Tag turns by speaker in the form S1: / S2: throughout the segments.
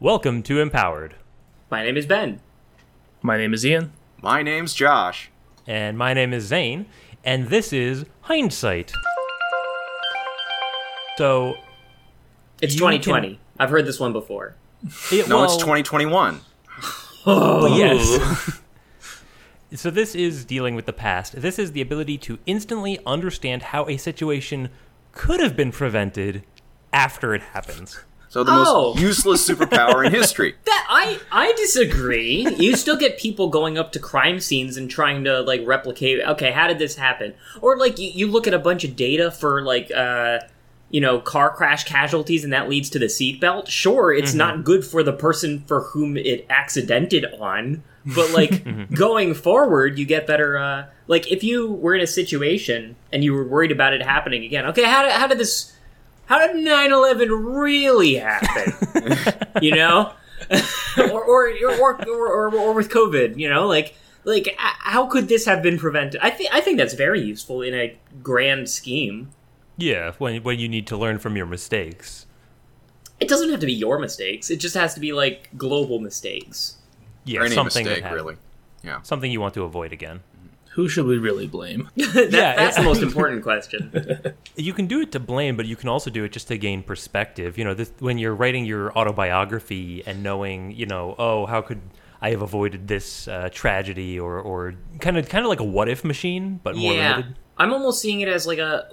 S1: Welcome to Empowered.
S2: My name is Ben.
S3: My name is Ian.
S4: My name's Josh.
S1: And my name is Zane, and this is Hindsight. So,
S2: It's
S1: You
S2: 2020. I've heard this one before.
S1: it,
S4: No, it's
S1: well,
S4: 2021.
S2: Oh,
S1: Yes. so this is dealing with the past. This is the ability to instantly understand how a situation could have been prevented after it happens.
S4: So the
S2: Oh.
S4: most useless superpower in history.
S2: That I I disagree. you still get people going up to crime scenes and trying to like replicate. Okay, how did this happen? Or like you, you look at a bunch of data for like uh you know car crash casualties and that leads to the seatbelt. Sure, it's not good for the person for whom it accidented on, but like going forward, you get better. uh Like if you were in a situation and you were worried about it happening again. Okay, how did, how did this? How did 9-11 really happen? you know, or, or, or, or, or or with COVID, you know, like like h- how could this have been prevented? I think I think that's very useful in a grand scheme.
S1: Yeah, when when you need to learn from your mistakes.
S2: It doesn't have to be your mistakes. It just has to be like global mistakes.
S1: Yeah,
S4: Or any
S1: something that
S4: mistake,
S1: happened.
S4: really.
S1: Something you want to avoid again.
S3: Who should we really blame?
S2: That,
S1: Yeah,
S2: that's
S1: yeah.
S2: the most important question.
S1: you can do it to blame, but you can also do it just to gain perspective. You know, this, when you're writing your autobiography and knowing, you know, oh, how could I have avoided this uh, tragedy, or or kind of kind of like a what if machine, but more
S2: yeah,
S1: limited.
S2: I'm almost seeing it as like a.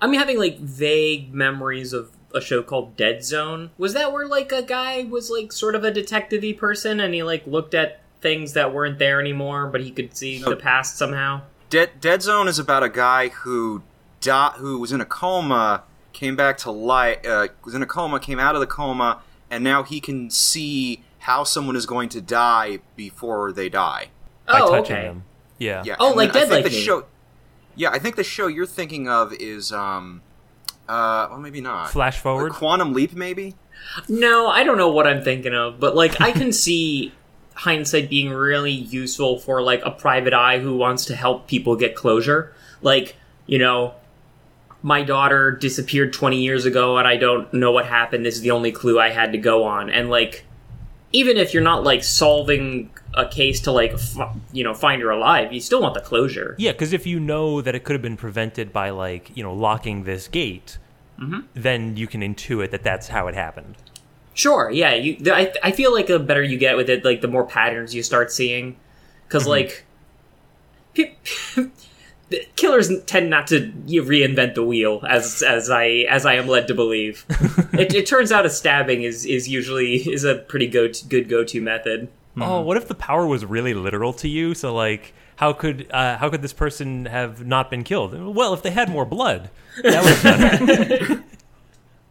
S2: I'm having like vague memories of a show called Dead Zone. Was that where like a guy was like sort of a detective-y person and he like looked at things that weren't there anymore, but he could see the past somehow?
S4: Dead, Dead Zone is about a guy who di- who was in a coma, came back to life, uh, was in a coma, came out of the coma, and now he can see how someone is going to die before they die.
S1: By
S2: oh,
S1: touching
S2: okay.
S1: them. Yeah.
S4: Yeah.
S2: Oh,
S4: and
S2: like
S4: then I
S2: Dead
S4: think
S2: Like
S4: the
S2: Me.
S4: show. Yeah, I think the show you're thinking of is um, uh, well maybe not.
S1: Flash forward.
S4: Quantum Leap, maybe.
S2: No, I don't know what I'm thinking of, but like I can see hindsight being really useful for like a private eye who wants to help people get closure. Like, you know, my daughter disappeared 20 years ago and I don't know what happened. This is the only clue I had to go on. And like even if you're not like solving a case to like f- you know find her alive, you still want the closure.
S1: Yeah, because if you know that it could have been prevented by like you know locking this gate,
S2: Mm-hmm.
S1: then you can intuit that that's how it happened.
S2: Sure, yeah. You, th- I, I feel like the better you get with it, like the more patterns you start seeing, because like, pe- the killers tend not to you reinvent the wheel, as as I as I am led to believe. it, it turns out a stabbing is is usually is a pretty go good go to method.
S1: Oh, what if the power was really literal to you? So like, how could uh, how could this person have not been killed? Well, if they had more blood, that was better.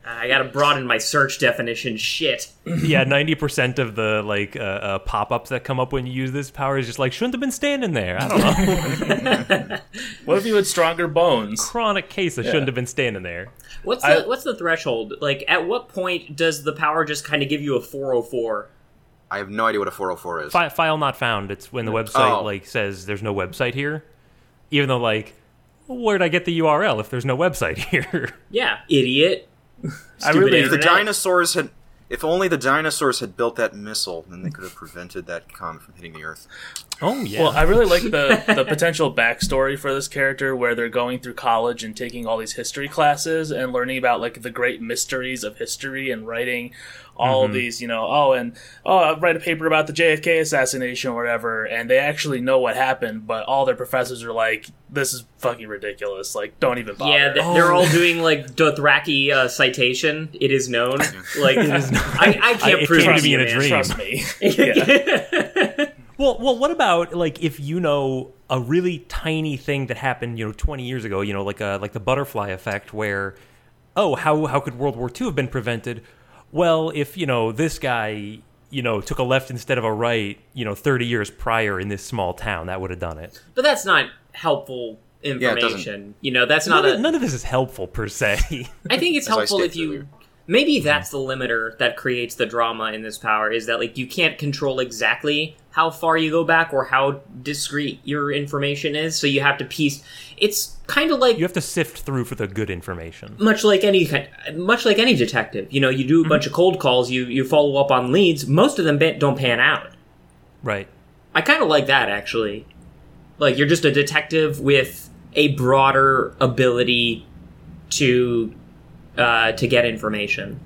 S2: I gotta broaden my search definition. Shit.
S1: yeah, ninety percent of the like uh, uh, pop ups that come up when you use this power is just like shouldn't have been standing there. I don't know,
S3: What if you had stronger bones?
S1: chronic case that shouldn't have been standing there.
S2: What's the
S3: I-
S2: what's the threshold? Like, at what point does the power just kind of give you a four hundred four?
S4: I have no idea what a 404 is.
S1: Fi- file not found. It's when the website
S4: Oh.
S1: like says there's no website here, even though like where'd I get the URL if there's no website here?
S2: Yeah, idiot.
S3: I
S2: Stupid
S3: really
S4: If the
S2: Internet.
S4: dinosaurs had, if only the dinosaurs had built that missile, then they could have prevented that comet from hitting the Earth.
S1: oh yeah.
S3: Well, I really like the, the potential backstory for this character where they're going through college and taking all these history classes and learning about like the great mysteries of history and writing all
S2: Mm-hmm.
S3: these, you know, oh and oh I'll write a paper about the JFK assassination or whatever and they actually know what happened, but all their professors are like, This is fucking ridiculous. Like don't even bother.
S2: Yeah, th-
S1: Oh.
S2: they're all doing like Dothraki uh, citation. It is known. Like I, I
S1: I- it
S2: can't
S1: came
S2: prove
S1: to
S2: it
S1: me in a
S2: man.
S1: dream.
S3: Trust me.
S1: Well, well, what about like if you know a really tiny thing that happened, you know, 20 years ago, you know, like uh, like the butterfly effect where oh, how how could World War II have been prevented? Well, if, you know, this guy, you know, took a left instead of a right, you know, 30 years prior in this small town, that would have done it.
S2: But that's not helpful
S4: doesn't-
S2: information. you know, that's not
S1: None, of-
S2: a.
S1: none of this is helpful per se.
S2: I think it's
S4: As I
S2: helpful if
S4: stated
S2: you
S4: earlier.
S2: maybe
S1: Mm-hmm.
S2: that's the limiter that creates the drama in this power is that like you can't control exactly how far you go back or how discreet your information is so you have to piece it's kind of like
S1: You have to sift through for the good information.
S2: much like any kind- much like any detective you know you do a bunch of cold calls you you follow up on leads most of them ba- don't pan out
S1: Right.
S2: I kind of like that actually. Like you're just a detective with a broader ability to uh, to get information.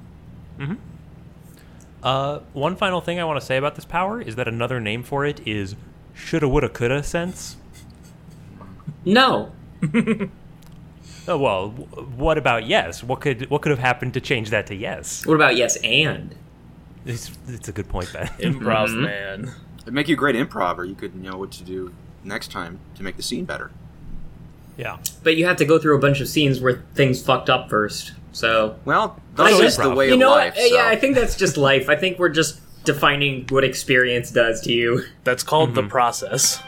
S1: Uh, one final thing I want to say about this power is that another name for it is shoulda, woulda, coulda sense.
S2: No,
S1: Oh, well, w- what about yes? What could what could have happened to change that to yes?
S2: what about yes and?
S1: It's, it's a good point, Ben.
S3: Improv
S2: Mm-hmm.
S3: man.
S4: It'd make you a great improver. You could know what to do next time to make the scene better.
S1: yeah.
S2: But you have to go through a bunch of scenes where things fucked up first. So
S4: Well, that's
S2: I guess-
S4: is the way
S2: you
S4: of
S2: know,
S4: life.
S2: what? yeah,
S4: so.
S2: I think that's just life. I think we're just defining what experience does to you. Mm-hmm.
S3: That's called the process.